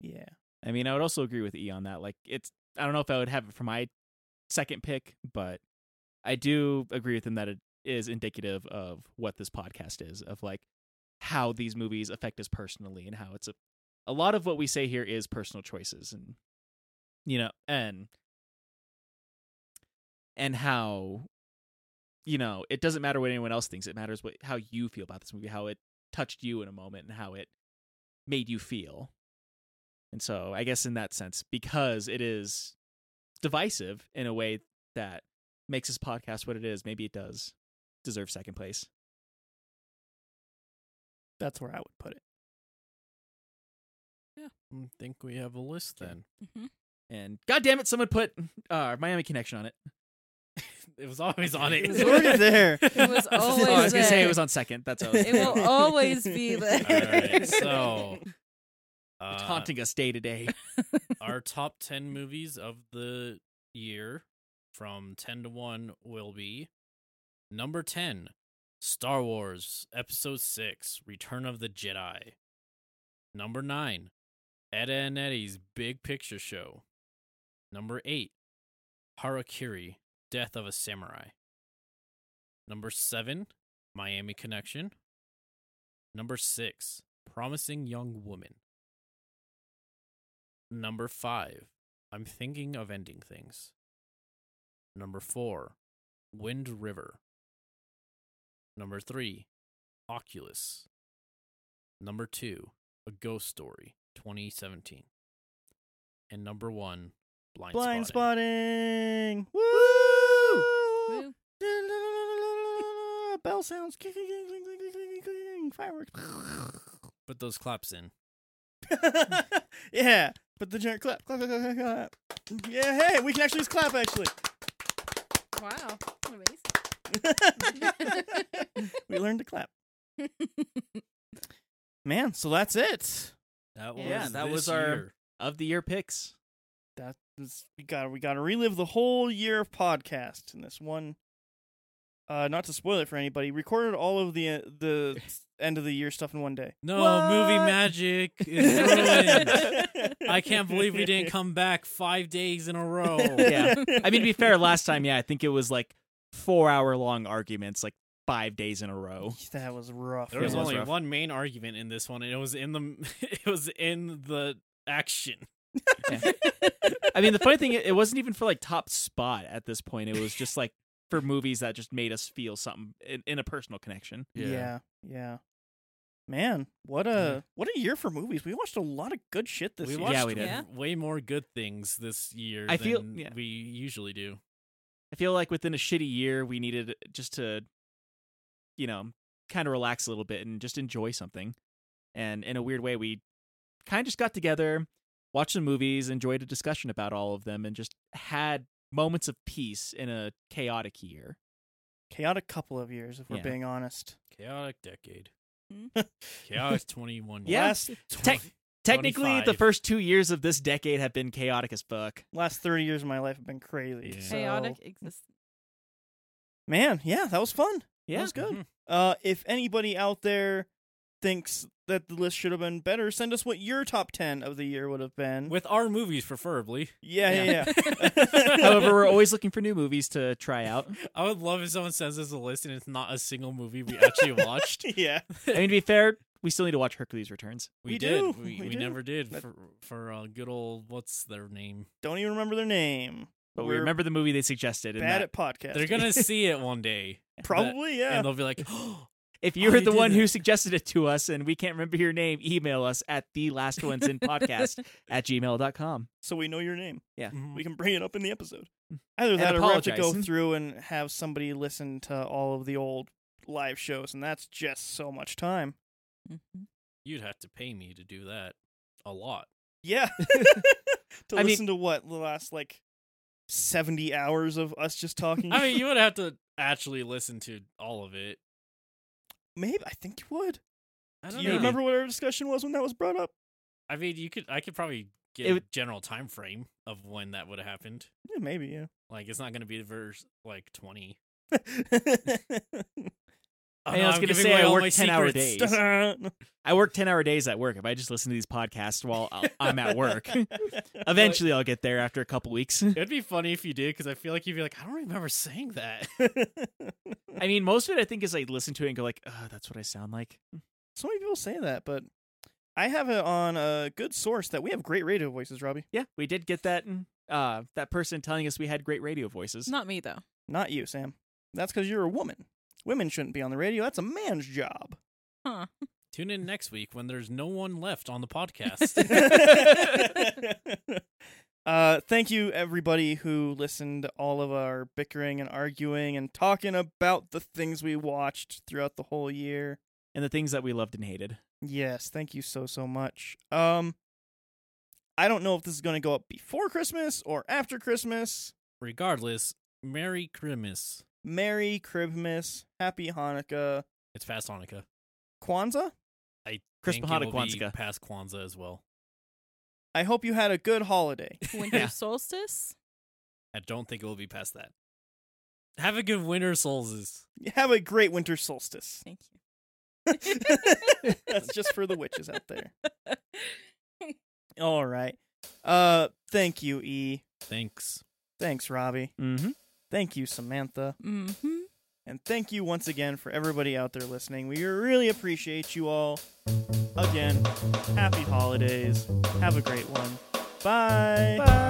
A: yeah
B: I mean, I would also agree with E on that. Like, it's I don't know if I would have it for my second pick, but I do agree with him that it is indicative of what this podcast is of like how these movies affect us personally and how it's a a lot of what we say here is personal choices and you know and and how you know it doesn't matter what anyone else thinks it matters what how you feel about this movie how it touched you in a moment and how it made you feel and so I guess in that sense, because it is divisive in a way that makes this podcast what it is, maybe it does deserve second place.
A: that's where i would put it
D: I think we have a list then.
C: Mm-hmm.
B: And god damn it, someone put uh, Miami Connection on it.
D: It was always on it.
A: It was already there.
C: It was
B: Oh, I was
C: always
B: gonna say
C: there.
B: it was on second. That's what I was
C: It will always be there.
D: All right, so uh,
B: it's haunting us day to day.
D: our top 10 movies of the year from 10 to 1 will be number 10 Star Wars Episode 6 Return of the Jedi number 9 Etta and Eddie's Big Picture Show number 8 Harakiri Death of a Samurai number 7 Miami Connection number 6 Promising Young Woman Number five, I'm thinking of ending things. Number four, Wind River. Number three, Oculus. Number two, A Ghost Story, 2017. And number one, Blind,
A: blind
D: Spotting.
A: spotting. Woo!
C: Woo.
A: Da-da-da-da-da-da-da. Bell sounds. Cling, cling, cling, cling, cling, cling, cling, Fireworks.
D: Put those claps in.
A: yeah. But the giant clap, clap, clap, clap, clap. Yeah, hey, we can actually just clap, actually.
C: Wow.
A: we learned to clap. Man, so that's it.
D: That was,
C: Yeah,
B: that
D: this
B: was our-
D: year.
B: of the year picks.
A: That is, we got we got to relive the whole year of podcast in this one. Uh, not to spoil it for anybody, recorded all of the uh, the end of the year stuff in one day.
D: No,
A: What?
D: movie magic is ruined. I
A: I
D: can't believe we didn't come back five days in a row.
B: Yeah. I mean, to be fair, last time, yeah, I think it was like four hour long arguments, like five days in a row.
A: That was rough.
D: There
B: It
D: was
B: was
D: only
B: rough.
D: one main argument in this one, and it was in the it was in the action.
B: I mean, the funny thing, it it wasn't even for like top spot at this point. It was just like for movies that just made us feel something in, in a personal connection.
A: yeah. yeah, Man, what a what a year for movies. We watched a lot of good shit this
D: we
A: year.
D: watched
B: Yeah, we did.
C: Yeah.
D: way more good things this year
B: I
D: than
B: feel- yeah.
D: we usually do.
B: I feel like within a shitty year, we needed just to, uh, you know, kind of relax a little bit and just enjoy something. And in a weird way, we kind of just got together, watched some movies, enjoyed a discussion about all of them, and just had moments of peace in a chaotic year.
A: Chaotic couple of years, if we're
B: Yeah.
A: being honest.
D: Chaotic decade.
C: Hmm?
D: Chaotic 21.
B: Yeah.
A: Last
D: Tw-
B: Technically, the
D: 25.
B: first two years of this decade have been chaotic as fuck.
A: last thirty years of my life have been crazy.
D: Yeah.
A: so-
C: Chaotic existence.
A: Man, yeah, that was fun.
B: Yeah,
A: That was good.
D: Mhm.
A: Uh, if anybody out there thinks that the list should have been better, send us what your top ten of the year would have been.
D: With our movies, preferably.
A: yeah, yeah, yeah.
B: However, we're always looking for new movies to try out.
D: I would love if someone sends us a list and it's not a single movie we actually watched.
A: yeah.
B: I mean, to be fair, we still need to watch Hercules Returns.
D: We,
A: We
D: did.
A: do,
D: We,
A: we
D: we,
A: do.
D: never did
A: That-
D: for for uh, good old what's their name.
A: Don't even remember their name.
B: But we
A: We're
B: remember the movie they suggested. And
A: Bad
B: that-
A: at podcasting.
D: They're gonna see it one day,
A: probably yeah.
D: and they'll be like,
B: if
D: Oh,
B: you were
D: they
B: the
D: did
B: one who
D: that.
B: suggested it to us and we can't remember your name, email us at the last ones in podcast at gmail.com.
A: so we know your name.
D: "Mhm."
A: We can bring it up in the episode.
D: Mm.
A: Either
B: And
A: that, or we have to go
B: apologize.
A: through and have somebody listen to all of the old live shows, and that's just so much time.
C: Mhm.
D: "You'd have to pay me to do that a lot."
A: Yeah. to
B: I mean-
A: listen to what the last like seventy hours of us just talking.
D: I mean, you would have to actually listen to all of it.
A: maybe I think you would.
D: I
A: Do
D: don't
A: you
D: know.
A: remember what our discussion was when that was brought up?
D: I mean, you could. I could probably get
B: It
D: a
B: would-
D: general time frame of when that would have happened.
A: Yeah, maybe. Yeah.
D: Like, it's not gonna be the verse like twenty. Oh,
B: I
D: no,
B: was
D: I'm
B: gonna
D: giving
B: say
D: away
B: I
D: all
B: work
D: my
B: 10-hour
D: secrets.
B: days. I work 10 hour days at work. If I just listen to these podcasts while I- I'm at work, eventually I'll get there after a couple weeks.
D: It'd be funny if you did, because I feel like you'd be like, "I don't remember saying that."
B: I mean, most of it I think is I listen to it and go like, oh, that's what I sound like.
A: so many people say that, but I have it on a good source that we have great radio voices, Robbie.
B: Yeah, we did get that. mm, Uh, that person telling us we had great radio voices.
C: Not me though.
A: Not you, Sam. That's because you're a woman. Women shouldn't be on the radio. That's a man's job.
C: Huh.
D: Tune in next week when there's no one left on the podcast.
A: uh, thank you, everybody who listened to all of our bickering and arguing and talking about the things we watched throughout the whole year.
B: And the things that we loved and hated.
A: Yes, thank you so so much. Um I don't know if this is going to go up before Christmas or after Christmas.
D: Regardless, Merry Christmas.
A: Merry Christmas, Happy Hanukkah,
D: It's past Hanukkah.
A: Kwanzaa.
B: Chris
D: Think it
B: Mahata
D: will be
B: Kwanzaa.
D: Past Kwanzaa as well.
A: I hope you had a good holiday.
C: Winter
B: Yeah.
C: solstice.
D: I don't think it will be past that. Have a good winter, souls.
A: Have a great winter solstice.
C: Thank you.
A: That's just for the witches out there. All right. Uh thank you E.
D: Thanks.
A: Thanks Robbie.
B: Mm-hmm.
A: Thank you Samantha.
C: Mm-hmm.
A: And thank you once again for everybody out there listening. We really appreciate you all. Again, happy holidays. Have a great one. Bye. Bye.